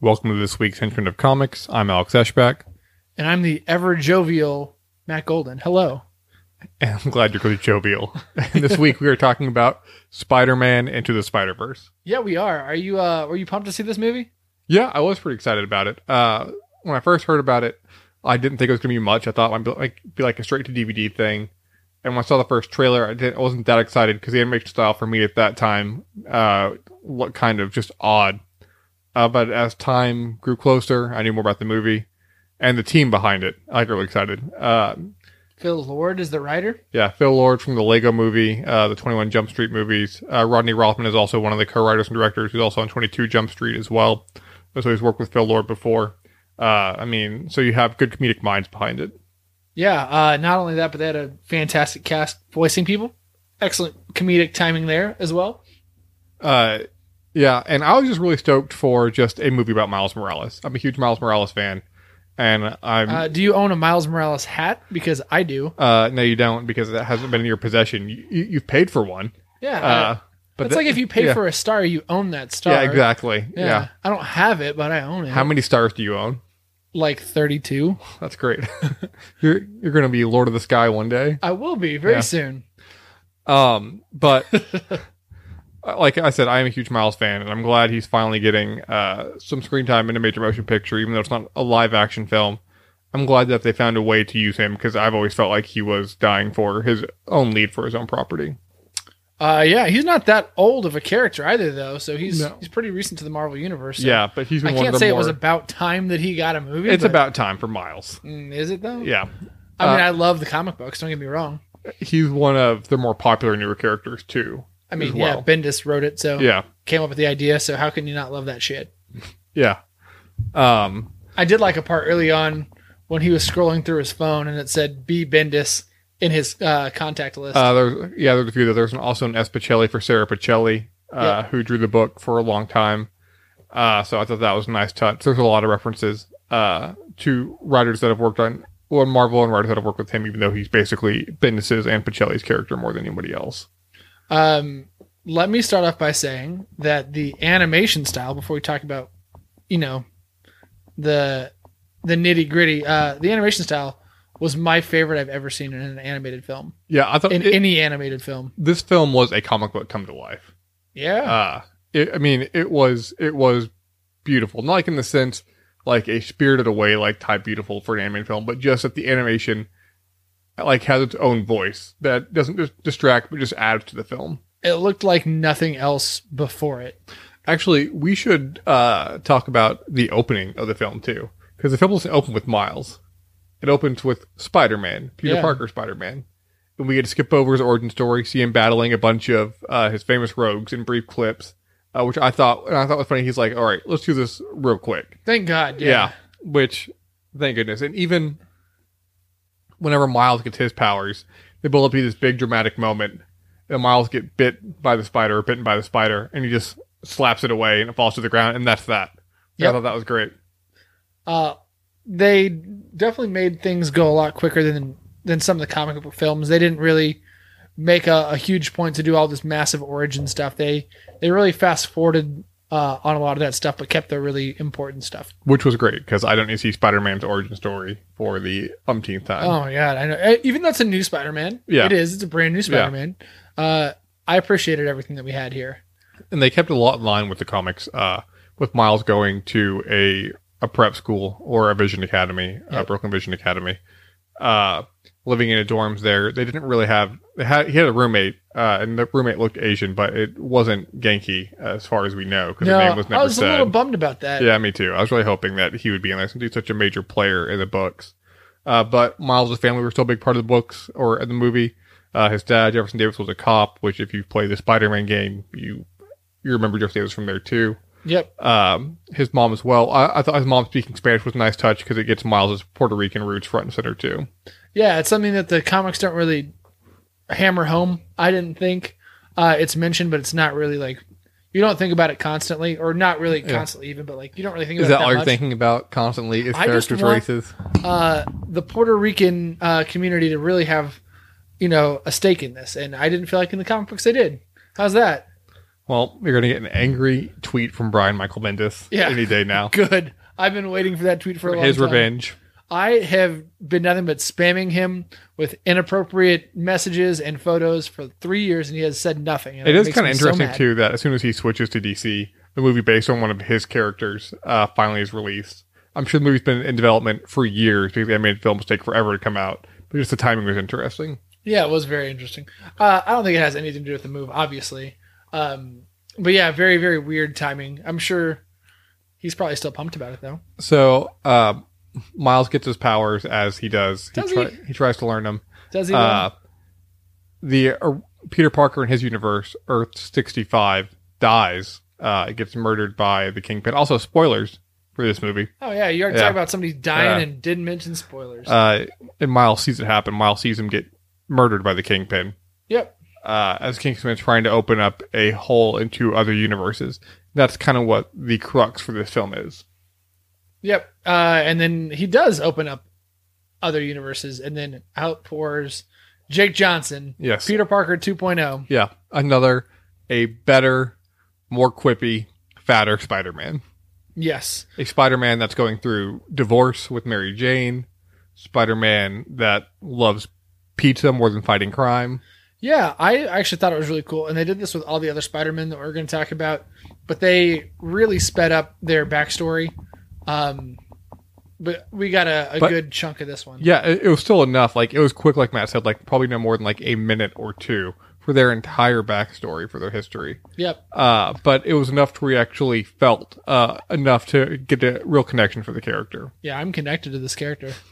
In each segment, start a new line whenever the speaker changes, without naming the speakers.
Welcome to this week's Henchman of Comics. I'm Alex Eschbach,
and I'm the ever jovial Matt Golden. Hello.
and I'm glad you're really jovial. And this week we are talking about Spider-Man Into the Spider-Verse.
Yeah, we are. Are you uh were you pumped to see this movie?
Yeah, I was pretty excited about it. Uh, when I first heard about it, I didn't think it was going to be much. I thought it might be like, be like a straight to DVD thing. And when I saw the first trailer, I, didn't, I wasn't that excited because the animation style for me at that time uh, looked kind of just odd. Uh, but as time grew closer, I knew more about the movie and the team behind it. I got really excited. Uh,
Phil Lord is the writer.
Yeah, Phil Lord from the Lego movie, uh, the 21 Jump Street movies. Uh, Rodney Rothman is also one of the co writers and directors who's also on 22 Jump Street as well. So he's worked with Phil Lord before. Uh, I mean, so you have good comedic minds behind it.
Yeah, uh not only that, but they had a fantastic cast voicing people. Excellent comedic timing there as well.
Uh, yeah, and I was just really stoked for just a movie about Miles Morales. I'm a huge Miles Morales fan, and I'm.
Uh, do you own a Miles Morales hat? Because I do.
Uh, no, you don't because it hasn't been in your possession. You, you, you've paid for one.
Yeah.
Uh,
I-
but
it's
that-
like if you pay
yeah.
for a star, you own that star.
Yeah, exactly.
Yeah.
yeah.
I don't have it, but I own it.
How many stars do you own?
like 32.
That's great. you're you're gonna be Lord of the Sky one day.
I will be very
Yeah.
soon.
Um, but like I said, I am a huge Miles fan, and I'm glad he's finally getting uh, some screen time in a major motion picture, even though it's not a live action film. I'm glad that they found a way to use him because I've always felt like he was dying for his own lead for his own property.
Uh, yeah, he's not that old of a character either, though. So he's
No.
he's pretty recent to the Marvel universe. so
yeah, but he's
I
been one of
can't
the
say
more.
it was about time that he got a movie.
it's
but-
about time for Miles.
Mm, is it though?
Yeah,
I mean,
uh,
I love the comic books. Don't get me wrong.
he's one of the more popular newer characters too.
I
as
mean, yeah,
well.
Bendis wrote it, so
Yeah,
came up with the idea. So how can you not love that shit?
yeah. Um,
I did like a part early on when he was scrolling through his phone and it said B Bendis in his uh, contact list.
Uh, there's yeah, there's a few. There's an, also an S. Pacelli for Sarah Pacelli, uh,
Yeah.
who drew the book for a long time. Uh, so I thought that was a nice touch. There's a lot of references uh, to writers that have worked on on Marvel and writers that have worked with him, even though he's basically Bendis's and Pacelli's character more than anybody else.
Um, let me start off by saying that the animation style, before we talk about, you know, the the nitty gritty, uh, the animation style was my favorite I've ever seen in an animated film,
Yeah, I thought
in
it-
any animated film.
this film was a comic book come to life.
Yeah,
uh it, i mean it was it was beautiful not like in the sense like a spirited away like type beautiful for an animated film but just that the animation like has its own voice that doesn't just distract but just adds to the film
it looked like nothing else before it.
actually we should uh talk about the opening of the film too because the film doesn't open with miles it opens with spider-man peter
Yeah.
parker spider-man and we get to skip over his origin story see him battling a bunch of uh, his famous rogues in brief clips uh, which i thought and i thought was funny he's like all right let's do this real quick
Thank God.
yeah.
Yeah,
Which, thank goodness. And even whenever Miles gets his powers, they build up to this big dramatic moment. And Miles get bit by the spider or bitten by the spider, and he just slaps it away and it falls to the ground, and that's that. Yeah, I
Yep.
thought that was great.
Uh, they definitely made things go a lot quicker than than some of the comic book films. They didn't really make a, a huge point to do all this massive origin stuff. They they really fast forwarded uh, on a lot of that stuff, but kept the really important stuff.
Which was great because I don't need to see Spider Man's origin story for the umpteenth time.
oh my god, I know. eh, Even though it's a new Spider Man,
Uh, Yeah.
it is. It's a brand new
Yeah.
Spider Man. Uh, I appreciated everything that we had here.
and they kept a lot in line with the comics uh with miles going to a a prep school or a vision academy uh,
Yep.
brooklyn vision academy uh living in a dorms there they didn't really have they had he had a roommate uh and the roommate looked asian but it wasn't genki uh, as far as we know because
No,
the name was never
I was
said
a little bummed about that.
yeah, me too. I was really hoping that he would be in there since he's such a major player in the books. Uh, but Miles' family were still a big part of the books or in the movie. Uh, his dad, Jefferson Davis, was a cop, which if you play the Spider-Man game, you you remember Jefferson Davis from there too.
Yep.
Um, his mom as well. I, I thought his mom speaking Spanish was a nice touch because it gets Miles' Puerto Rican roots front and center too.
Yeah, it's something that the comics don't really hammer home. I didn't think uh, it's mentioned, but it's not really like you don't think about it constantly, or not really
Yeah.
constantly even, but like you don't really think
Is
about
that
it that
all you're
much.
thinking about constantly? Is
I just
characters
want-
races?
uh, the Puerto Rican uh, community to really have, you know, a stake in this. And I didn't feel like in the comic books they did. How's that?
Well, you're gonna get an angry tweet from Brian Michael Bendis
Yeah.
any day now.
Good. I've been waiting for that tweet for a long
His
time.
revenge.
I have been nothing but spamming him with inappropriate messages and photos for three years, and he has said nothing. and
It is
makes
kind of
me so
interesting
mad.
too that as soon as he switches to DC, the movie based on one of his characters uh, finally is released. I'm sure the movie's been in development for years because the animated films take forever to come out. But just the timing was interesting.
Yeah, it was very interesting. Uh, I don't think it has anything to do with the move, obviously. Um, but yeah, very, very weird timing. I'm sure he's probably still pumped about it, though.
So uh, Miles gets his powers as he does.
Does
he, he tries to learn them.
Does he?
Uh, the uh, Peter Parker in his universe, Earth 65, dies. Uh, it gets murdered by the Kingpin. Also, spoilers for this movie.
oh, yeah. You are
yeah.
talking about somebody dying
Yeah.
and didn't mention spoilers.
Uh, and Miles sees it happen. Miles sees him get murdered by the Kingpin.
Yep.
uh, as Kingsman trying to open up a hole into other universes. That's kind of what the crux for this film is.
Yep. Uh, and then he does open up other universes, and then out pours Jake Johnson,
Yes.
Peter Parker oh. 2.0.
yeah. Another, a better, more quippy, fatter Spider Man.
Yes.
A Spider Man that's going through divorce with Mary Jane, Spider Man that loves pizza more than fighting crime.
Yeah, I actually thought it was really cool. And they did this with all the other Spider-Men that we're going to talk about, but they really sped up their backstory. Um, but we got a, a
But-
good chunk of this one.
Yeah, it, it was still enough. Like, it was quick, like Matt said, like probably no more than like a minute or two for their entire backstory, for their history.
Yep.
uh, but it was enough to where you actually felt uh, enough to get a real connection for the character.
Yeah, I'm connected to this character.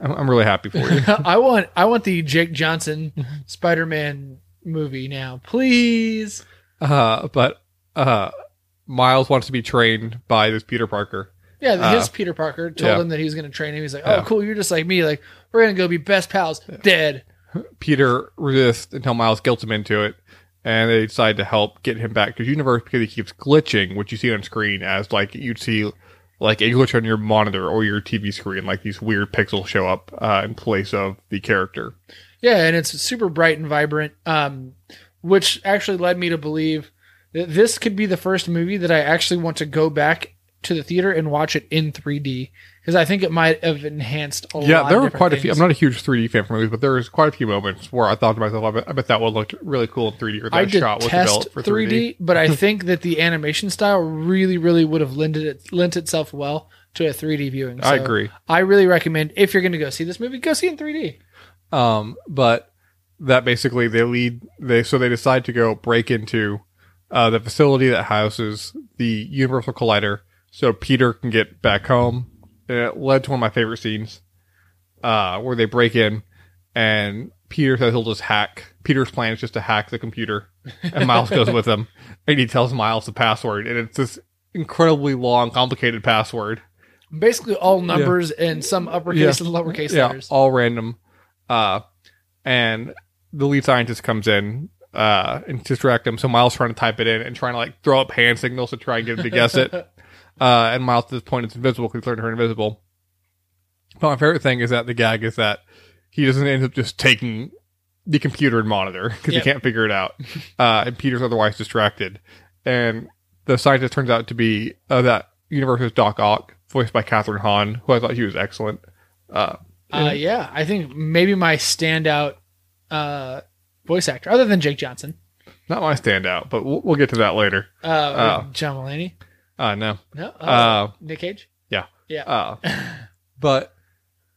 I'm, I'm really happy for you.
I want I want the Jake Johnson Spider-Man movie now, please.
uh, but uh, Miles wants to be trained by this Peter Parker.
Yeah, his
Uh,
Peter Parker told
yeah.
him that he was going to train him. He's like, "Oh,
Yeah.
cool, you're just like me. Like, we're going to go be best pals." Dead.
Peter resists until Miles guilts him into it, and they decide to help get him back to his universe because he keeps glitching, which you see on screen as like you'd see like a glitch on your monitor or your TV screen, like these weird pixels show up uh, in place of the character.
Yeah, and it's super bright and vibrant, um, which actually led me to believe that this could be the first movie that I actually want to go back to the theater and watch it in 3D because I think it might have enhanced a lot.
yeah, there
of
were
different
quite a few. I'm
things.
not a huge 3D fan for movies, but there was quite a few moments where I thought to myself, I bet, I bet that would look really cool in 3D, or that
I
shot was
detest
developed for
3D,
3D.
but I think that the animation style really, really would have lended it, lent itself well to a 3D viewing.
I
So
agree.
I really recommend if you're going to go see this movie, go see it in 3D.
Um, but that basically they lead they so they decide to go break into uh, the facility that houses the Universal Collider, so Peter can get back home. And it led to one of my favorite scenes, uh, where they break in and Peter says he'll just hack. Peter's plan is just to hack the computer, and Miles goes with him, and he tells Miles the password, and it's this incredibly long, complicated password.
Basically, all numbers and some uppercase and lowercase
Yeah,
letters.
all random. Uh, and the lead scientist comes in uh, and to distract him. So Miles trying to type it in and trying to like throw up hand signals to try and get him to guess it. Uh, and Miles at this point is invisible because he's learned her invisible. But my favorite thing is that the gag is that he doesn't end up just taking the computer and monitor because
Yep.
he can't figure it out. Uh, and Peter's otherwise distracted. And the scientist turns out to be uh, that universe's Doc Ock, voiced by Catherine Hahn, who I thought he was excellent. Uh,
Uh,
and-
yeah, I think maybe my standout uh, voice actor, other than Jake Johnson,
not my standout, but we'll, we'll get to that later.
uh,
Oh.
John Mulaney.
Uh, no.
No, uh,
Uh,
Nick Cage.
uh, but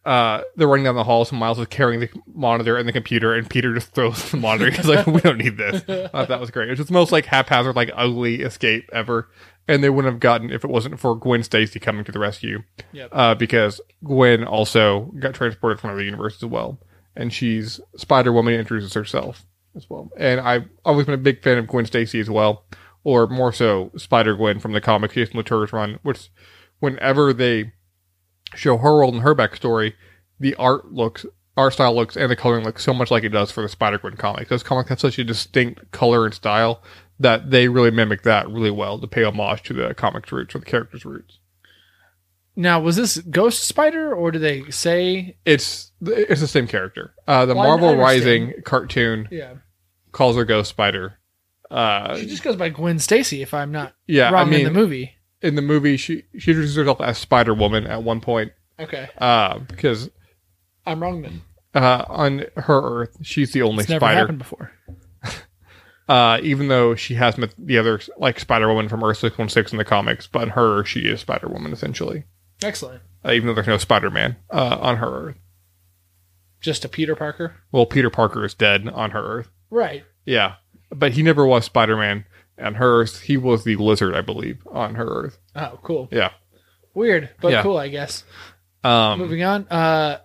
uh, they're running down the hall. So Miles is carrying the monitor and the computer, and Peter just throws the monitor. He's like, "We don't need this." I thought that was great. It was just the most like haphazard, like ugly escape ever. And they wouldn't have gotten if it wasn't for Gwen Stacy coming to the rescue.
Yep.
Uh, because Gwen also got transported from another universe as well, and she's Spider Woman introduces herself as well. And I've always been a big fan of Gwen Stacy as well, or more so Spider Gwen from the comic Jason Latour's run. Which, whenever they show her world and her backstory, the art looks, art style looks, and the coloring looks so much like it does for the Spider Gwen comics. Those comics have such a distinct color and style that they really mimic that really well to pay homage to the comic's roots or the character's roots.
Now, was this Ghost Spider, or do they say?
It's it's the same character. Uh, the
Well, I
Marvel
understand.
Rising cartoon
Yeah,
calls her Ghost Spider. Uh,
she just goes by Gwen Stacy, if I'm not
yeah, I
wrong
mean,
in the movie.
in the movie, she she introduces herself as Spider Woman at one point
Okay,
because
I'm wrong then.
uh, on her Earth, she's the only
It's never
spider.
happened before.
Uh, even though she has met the other like Spider Woman from Earth six one six in the comics, but on her Earth, she is Spider Woman essentially.
Excellent.
Uh, even though there's no Spider Man uh, on her Earth,
Just a Peter Parker.
well, Peter Parker is dead on her Earth.
Right.
Yeah, but he never was Spider Man on her Earth. He was the Lizard, I believe, on her Earth.
Oh, cool.
Yeah.
Weird, but
Yeah.
cool, I guess.
Um,
Moving on. Uh,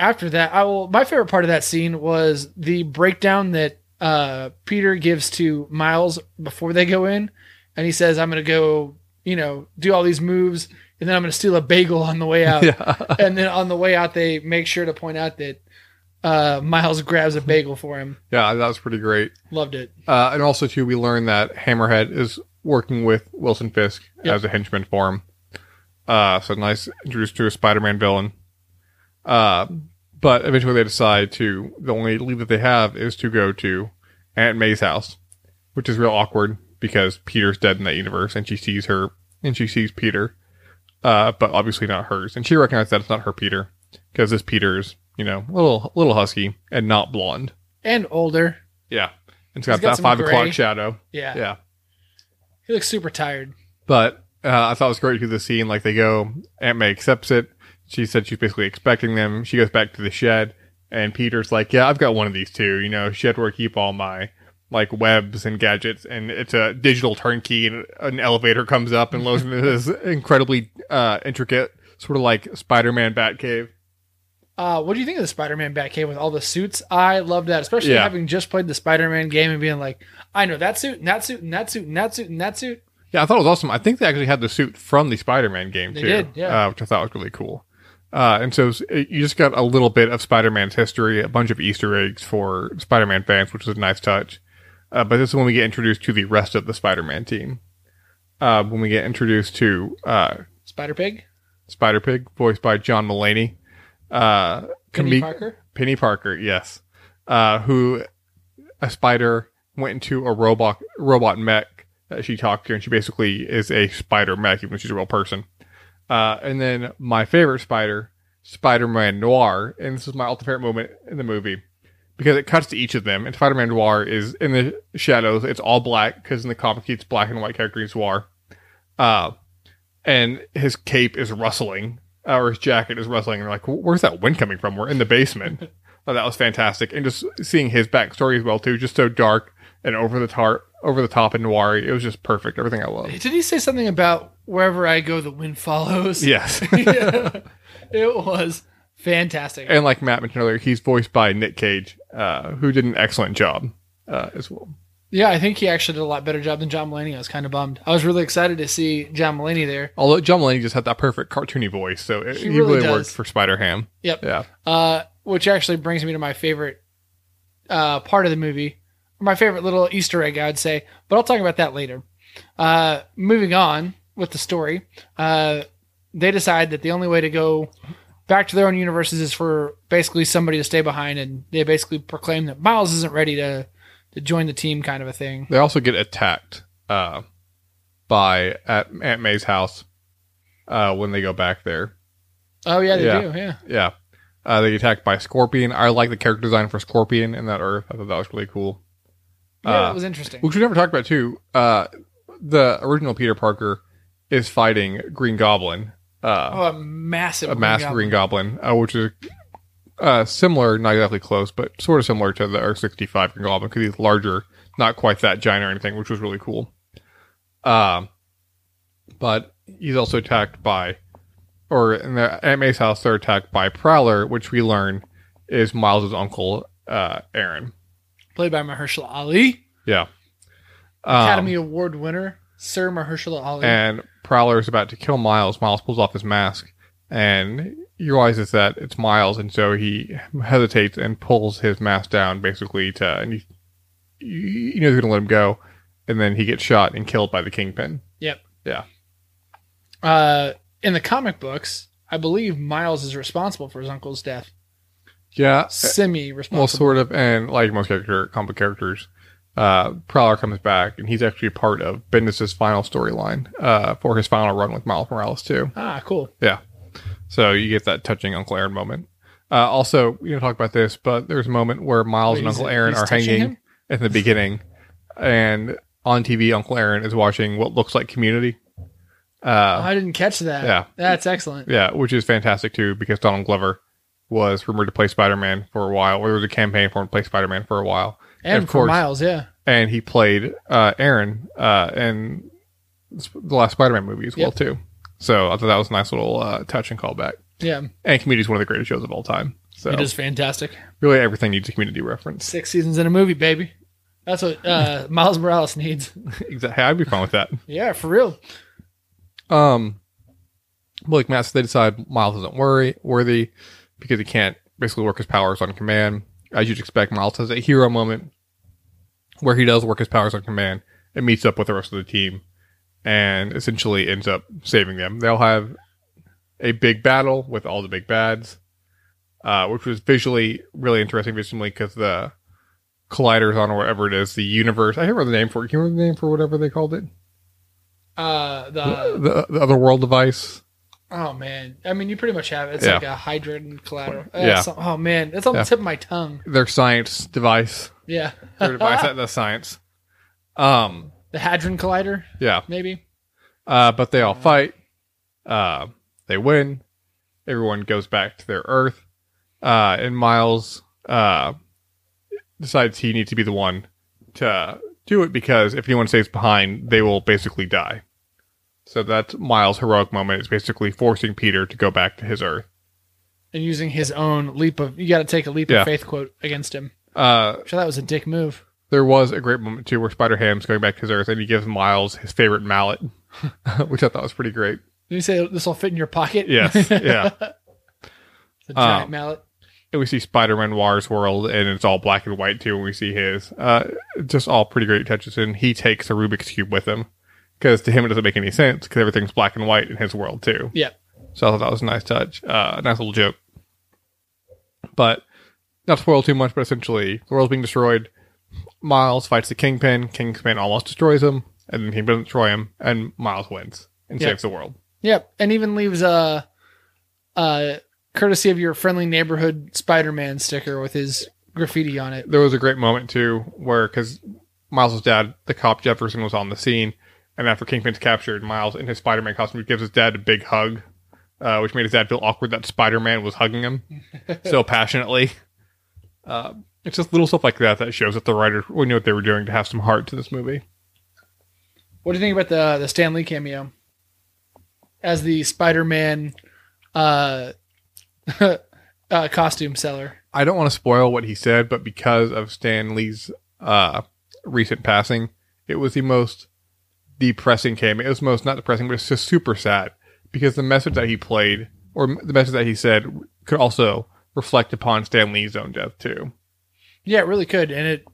after that, I will. My favorite part of that scene was the breakdown that uh, Peter gives to Miles before they go in, and he says, "I'm going to go, you know, do all these moves, and then I'm going to steal a bagel on the way out."
Yeah.
and then on the way out, they make sure to point out that uh, Miles grabs a bagel for him.
yeah, that was pretty great.
Loved it.
Uh, and also, too, we learned that Hammerhead is working with Wilson Fisk
Yep.
as a henchman for him. Uh, so nice introduced to a Spider-Man villain. Uh, but eventually they decide to the only lead that they have is to go to Aunt May's house, which is real awkward because Peter's dead in that universe, and she sees her and she sees Peter, uh, but obviously not hers, and she recognizes that it's not her Peter because this Peter is you know a little little husky and not blonde.
And older.
Yeah, and it's
He's
got,
got
that
some
five
gray.
o'clock shadow.
Yeah.
Yeah.
He looks super tired.
But uh, I thought it was great through the scene. Like they go, Aunt May accepts it. She said she's basically expecting them. She goes back to the shed, and Peter's like, "Yeah, I've got one of these too. You know, shed where I keep all my like webs and gadgets, and it's a digital turnkey, and an elevator comes up and loads me into this incredibly uh, intricate, sort of like Spider-Man Batcave.
Uh, what do you think of the Spider-Man Batcave with all the suits? I love that, especially
Yeah.
having just played the Spider-Man game and being like, I know that suit, and that suit, and that suit, and that suit, and that suit.
Yeah, I thought it was awesome. I think they actually had the suit from the Spider-Man game
They
too,
did, yeah.
uh, which I thought was really cool. Uh, and so it was- it- you just got a little bit of Spider-Man's history, a bunch of Easter eggs for Spider-Man fans, which was a nice touch. Uh, but this is when we get introduced to the rest of the Spider-Man team. Uh, when we get introduced to uh,
Spider Pig,
Spider Pig, voiced by John Mulaney, uh,
Penny
Kami-
Parker.
Penny Parker, yes, uh, who a spider went into a robot robot mech that she talked to, and she basically is a spider mech, even though she's a real person. Uh, and then my favorite spider, Spider Man Noir, and this is my ultimate favorite moment in the movie because it cuts to each of them. And Spider Man Noir is in the shadows; it's all black because in the comic it's black and white character is noir. Uh, and his cape is rustling, uh, or his jacket is rustling. And they're like, "Where's that wind coming from? We're in the basement." Oh, that was fantastic, and just seeing his backstory as well too, just so dark and over the tar- over the top and noir. It was just perfect. Everything I loved.
Did he say something about wherever I go, the wind follows?
Yes,
Yeah. it was fantastic.
and like Matt mentioned earlier, he's voiced by Nick Cage, uh, who did an excellent job uh, as well.
yeah, I think he actually did a lot better job than John Mulaney. I was kind of bummed. I was really excited to see John Mulaney there.
Although John Mulaney just had that perfect cartoony voice, so it,
He
he,
really
really,
does.
worked for Spider Ham.
Yep.
Yeah,
Uh, which actually brings me to my favorite uh, part of the movie, or my favorite little Easter egg, I would say. But I'll talk about that later. Uh, moving on with the story, uh, they decide that the only way to go back to their own universes is for basically somebody to stay behind, and they basically proclaim that Miles isn't ready to to join the team, kind of a thing.
they also get attacked uh, by at Aunt May's house uh, when they go back there.
Oh yeah, they
Yeah.
do. Yeah,
Yeah. Uh, they get attacked by Scorpion. I like the character design for Scorpion in that Earth. I thought that was really cool.
yeah,
Uh,
it was interesting.
Which we never talked about too. Uh, the original Peter Parker is fighting Green Goblin, uh,
oh, a massive,
a masked Green Goblin, uh, which is uh, similar, not exactly close, but sort of similar to the Earth sixty five Green Goblin because he's larger, not quite that giant or anything, which was really cool. Um, but he's also attacked by, or in the Aunt May's house, they're attacked by Prowler, which we learn is Miles's uncle, uh, Aaron.
played by Mahershala Ali,
Yeah. Um,
Academy Award winner Sir Mahershala Ali.
and Prowler is about to kill Miles. Miles pulls off his mask and he realizes that it's Miles, and so he hesitates and pulls his mask down, basically to and he, you, you know they're going to let him go, and then he gets shot and killed by the kingpin.
Uh, in the comic books, I believe Miles is responsible for his uncle's death.
Yeah,
Semi
well,
responsible.
sort of, and like most character comic characters, uh, Prowler comes back, and he's actually part of Bendis's final storyline uh, for his final run with Miles Morales too.
ah, cool.
So you get that touching Uncle Aaron moment. Uh, also, we didn't talk about this, but there's a moment where Miles
Wait,
and
he's-
Uncle Aaron
he's
are
touching
hanging
him?
at the beginning, and on TV, Uncle Aaron is watching what looks like Community.
Oh,
Uh,
I didn't catch that.
yeah.
That's excellent.
yeah, which is fantastic too, because Donald Glover was rumored to play Spider-Man for a while, or there was a campaign for him to play Spider-Man for a while,
And
of
for
course.
Miles, yeah.
and he played uh, Aaron uh, in sp- the last Spider-Man movie as well
Yep.
too. So I thought that was a nice little uh, touch and callback.
Yeah.
And Community is one of the greatest shows of all time. So
It is fantastic.
really everything needs a community reference.
Six seasons in a movie, baby. That's what uh, Miles Morales needs.
exactly. I'd be fine with that.
Yeah, for real.
Um, but like Matt, so they decide Miles isn't worry worthy because he can't basically work his powers on command. As you'd expect, Miles has a hero moment where he does work his powers on command and meets up with the rest of the team and essentially ends up saving them. They'll have a big battle with all the big bads, uh, which was visually really interesting visually because the colliders on or whatever it is, the universe. I can't remember the name for it. Can you remember the name for whatever they called it?
Uh, the
the, the other world device.
oh man, I mean, you pretty much have it. It's
Yeah.
like a hydrogen collateral. Uh,
Yeah.
some- oh man, that's on
Yeah.
the tip of my tongue.
their science device.
Yeah.
Their device at the science. Um,
The hadron collider,
yeah.
maybe.
Uh, but they all fight. Uh, they win. Everyone goes back to their Earth. Uh, and Miles uh, decides he needs to be the one to do it because if anyone stays behind, they will basically die. So that's Miles' heroic moment is basically forcing Peter to go back to his Earth.
And using his own leap of you got to take a leap
Yeah.
of faith quote against him.
Uh,
So that was a dick move.
There was a great moment too where Spider Ham's going back to his Earth and he gives Miles his favorite mallet, which I thought was pretty great.
Did you say this will fit in your pocket?
Yes, yeah.
The giant
Um,
mallet.
And we see Spider Man Noir's world and it's all black and white too. And we see his, uh, just all pretty great touches. And he takes the Rubik's Cube with him because to him it doesn't make any sense because everything's black and white in his world too.
Yeah.
So I thought that was a nice touch, uh, a nice little joke. But not to spoil too much, but essentially, the world's being destroyed. Miles fights the Kingpin. Kingpin almost destroys him, and then he doesn't destroy him, and Miles wins and
Yeah.
saves the world.
Yep, and even leaves a, a courtesy of your friendly neighborhood Spider-Man sticker with his graffiti on it.
There was a great moment too, where because Miles' dad, the cop Jefferson, was on the scene, and after Kingpin's captured, Miles in his Spider-Man costume gives his dad a big hug, uh, which made his dad feel awkward that Spider-Man was hugging him so passionately. Uh, it's just little stuff like that that shows that the writers we knew what they were doing to have some heart to this movie.
What do you think about the the Stan Lee cameo as the Spider-Man uh, uh, costume seller?
I don't want to spoil what he said, but because of Stan Lee's uh, recent passing, it was the most depressing cameo. It was most not depressing, but it's just super sad because the message that he played or m- the message that he said could also reflect upon Stan Lee's own death too.
Yeah, it really could, and it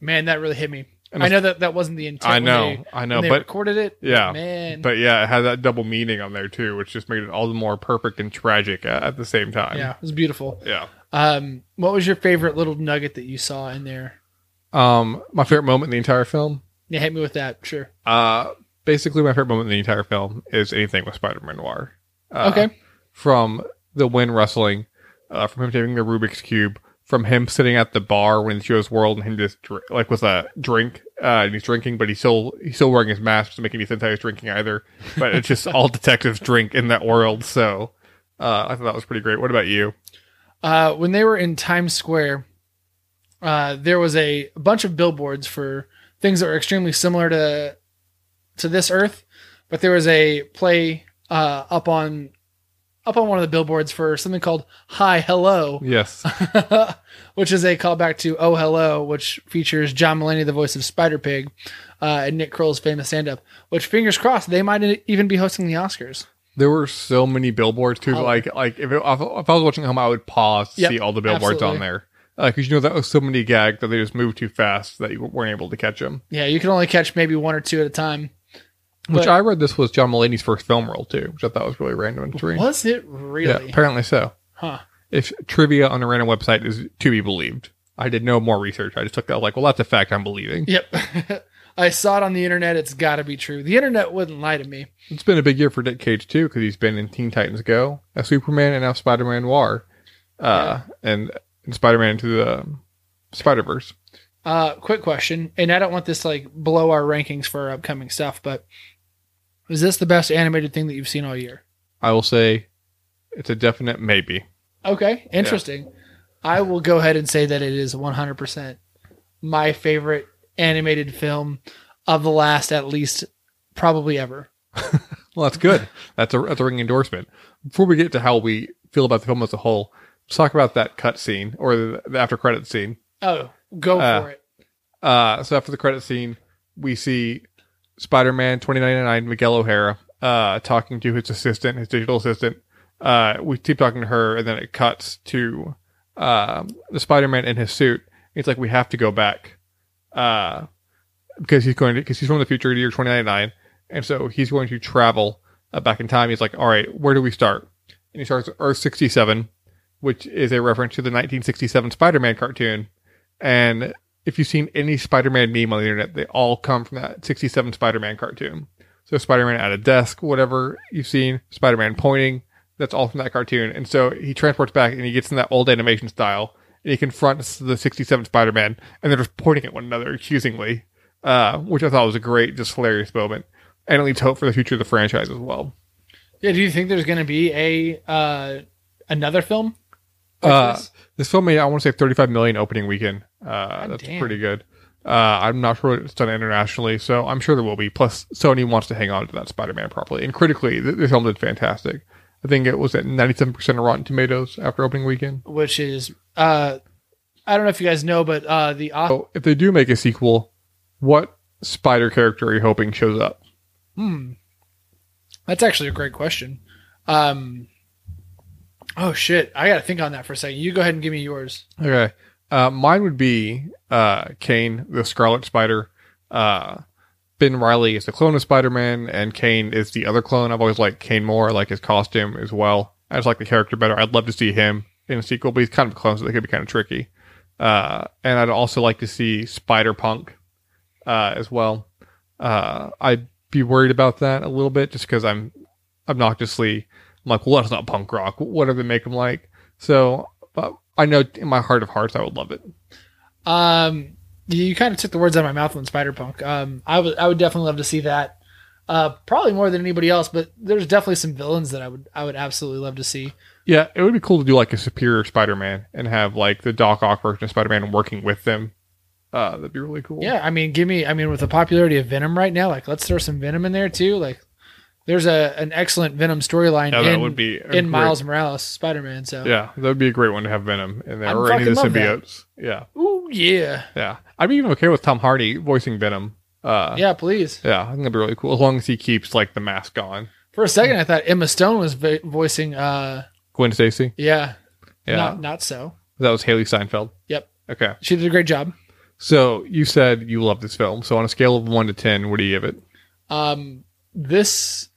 man, that really hit me.
And
I
it's-
know that that wasn't the intent.
I
when
know,
they- when
I know,
they
but
recorded it.
yeah,
man,
Oh, but yeah, it had that double meaning on there too, which just made it all the more perfect and tragic uh, at the same time.
yeah, it was beautiful.
yeah.
Um, what was your favorite little nugget that you saw in there?
Um, my favorite moment in the entire film.
Yeah, hit me with that. Sure.
Uh, basically, my favorite moment in the entire film is anything with Spider-Man Noir. Uh,
okay.
from the wind rustling, uh, from him taking the Rubik's cube, from him sitting at the bar when it's Joe's world and him just dr- like with a drink, uh, and he's drinking, but he's still he's still wearing his mask to make any sense how he's drinking either. But it's just all detectives drink in that world, so uh, I thought that was pretty great. What about you?
uh, when they were in Times Square, uh, there was a bunch of billboards for things that were extremely similar to to this Earth, but there was a play uh, up on up on one of the billboards for something called "Hi Hello,"
Yes,
which is a callback to "Oh Hello," which features John Mulaney, the voice of Spider Pig, uh, and Nick Kroll's famous stand-up. Which, fingers crossed, they might even be hosting the Oscars.
there were so many billboards too.
Oh.
Like like if, it, if I was watching at home, I would pause to
Yep,
see all the billboards on
absolutely.
there. because you know that was so many gags that they just moved too fast that you weren't able to catch them.
Yeah, you can only catch maybe one or two at a time.
Which
But-
I read this was John Mulaney's first film role too, which I thought was really random and strange.
Was it
Yeah,
really?
apparently so.
Huh.
If trivia on a random website is to be believed, I did no more research. I just took that like, well, that's a fact. I'm believing.
Yep. I saw it on the internet. It's got to be true. The internet wouldn't lie to me.
It's been a big year for Nick Cage too, because he's been in Teen Titans Go, a Superman, and now Spider Man Noir, uh, and, and Spider Man to the um, Spider Verse.
Uh, quick question, and I don't want this to like blow our rankings for our upcoming stuff, but is this the best animated thing that you've seen all year?
I will say, it's a definite maybe.
Okay, interesting. I will go ahead and say that it is 100% my favorite animated film of the last at least probably ever.
Well, that's good. that's a that's a ring endorsement. Before we get to how we feel about the film as a whole, let's talk about that cut scene or the, the after credit scene.
Oh, go
Uh,
for it.
Uh, so after the credit scene, we see Spider-Man 2099 Miguel O'Hara uh, talking to his assistant, his digital assistant. Uh, we keep talking to her, and then it cuts to um, the Spider-Man in his suit. It's like we have to go back uh, because he's going to because he's from the future to year 2099, and so he's going to travel uh, back in time. He's like, all right, where do we start? And he starts at Earth 67, which is a reference to the 1967 Spider-Man cartoon, and if you've seen any Spider-Man meme on the internet, they all come from that 67 Spider-Man cartoon. So Spider-Man at a desk, whatever you've seen, Spider-Man pointing, that's all from that cartoon. And so he transports back and he gets in that old animation style and he confronts the 67 Spider-Man and they're just pointing at one another accusingly, uh, which I thought was a great, just hilarious moment. And it leads hope for the future of the franchise as well.
Yeah, do you think there's going to be a uh, another film? like
Uh,
this?
This film made, I want to say, 35 million opening weekend. Uh,
God
that's
damn.
pretty good. Uh, I'm not sure it's done internationally, so I'm sure there will be. Plus, Sony wants to hang on to that Spider-Man properly, and critically, the, the film did fantastic. I think it was at 97 percent of Rotten Tomatoes after opening weekend.
which is uh, I don't know if you guys know, but uh, the author.
So, if they do make a sequel, what Spider character are you hoping shows up?
Hmm. That's actually a great question. Um, oh shit, I gotta think on that for a second. You go ahead and give me yours.
Okay. Uh, mine would be uh, Kane, the Scarlet Spider. Uh, ben Riley is the clone of Spider Man, and Kane is the other clone. I've always liked Kane more. I like his costume as well. I just like the character better. I'd love to see him in a sequel, but he's kind of a clone, so that could be kind of tricky. Uh, and I'd also like to see Spider Punk uh, as well. Uh, I'd be worried about that a little bit just because I'm obnoxiously I'm like, well, that's not punk rock. What do they make him like? So but I know in my heart of hearts I would love it.
Um, you, you kind of took the words out of my mouth on Spider Punk. Um, I would I would definitely love to see that. Uh, probably more than anybody else, but there's definitely some villains that I would I would absolutely love to see.
Yeah, it would be cool to do like a superior Spider-Man and have like the Doc Ock version of Spider-Man working with them. Uh, that'd be really cool.
Yeah, I mean, give me. I mean, with the popularity of Venom right now, like let's throw some Venom in there too. Like, there's a an excellent Venom storyline.
Yeah, that
in-
would be a
in
great-
Miles Morales Spider Man. So
Yeah, that would be a great one to have Venom in there
I'd
or any of the
fucking love
symbiotes. Yeah,
ooh yeah,
yeah. I'd be even okay with Tom Hardy voicing Venom. Uh, yeah.
yeah. Please.
I think that'd be really cool as long as he keeps like the mask on.
For a second, I thought Emma Stone was vo- voicing. Uh,
Gwen Stacy.
yeah,
Yeah,
Not not so.
that was Haley Seinfeld.
Yep.
Okay,
She did a great job.
so you said you love this film. So on a scale of one to ten, what do you give it?
Um, this.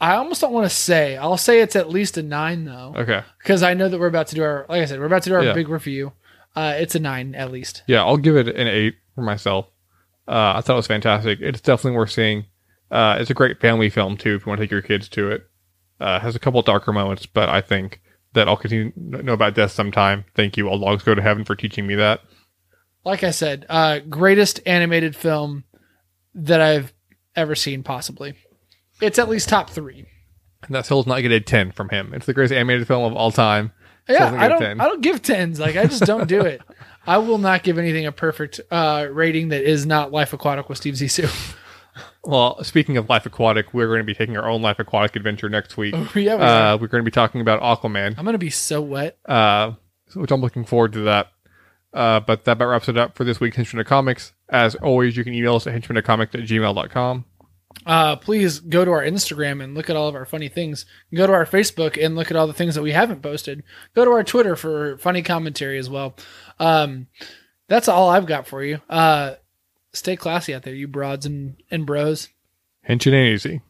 I almost don't want to say. I'll say it's at least a nine though,
Okay.
because I know that we're about to do our. Like I said, we're about to do our
Yeah.
big review. Uh, it's a nine at least.
Yeah, I'll give it an eight for myself. Uh, I thought it was fantastic. It's definitely worth seeing. Uh, it's a great family film too. If you want to take your kids to it, uh, it has a couple darker moments, but I think that I'll continue to know about death sometime. Thank you. All dogs go to heaven for teaching me that.
Like I said, uh, greatest animated film that I've ever seen, possibly. It's at least top three.
And that hill's not get a ten from him. It's the greatest animated film of all time.
Yeah,
Something
I
of
don't.
10.
I don't give tens. Like I just don't do it. I will not give anything a perfect uh, rating that is not Life Aquatic with Steve Zissou.
Well, speaking of Life Aquatic, we're going to be taking our own Life Aquatic adventure next week.
yeah, we are.
Uh, we're going to be talking about Aquaman.
I'm gonna be so wet.
uh, which I'm looking forward to that. Uh, but that about wraps it up for this week's Henchman of Comics. As always, you can email us at henchmanofcomics at gmail.com.
uh, please go to our Instagram and look at all of our funny things. Go to our Facebook and look at all the things that we haven't posted. Go to our Twitter for funny commentary as well. Um, that's all I've got for you. Uh, stay classy out there, you broads and, and bros.
Hench and easy.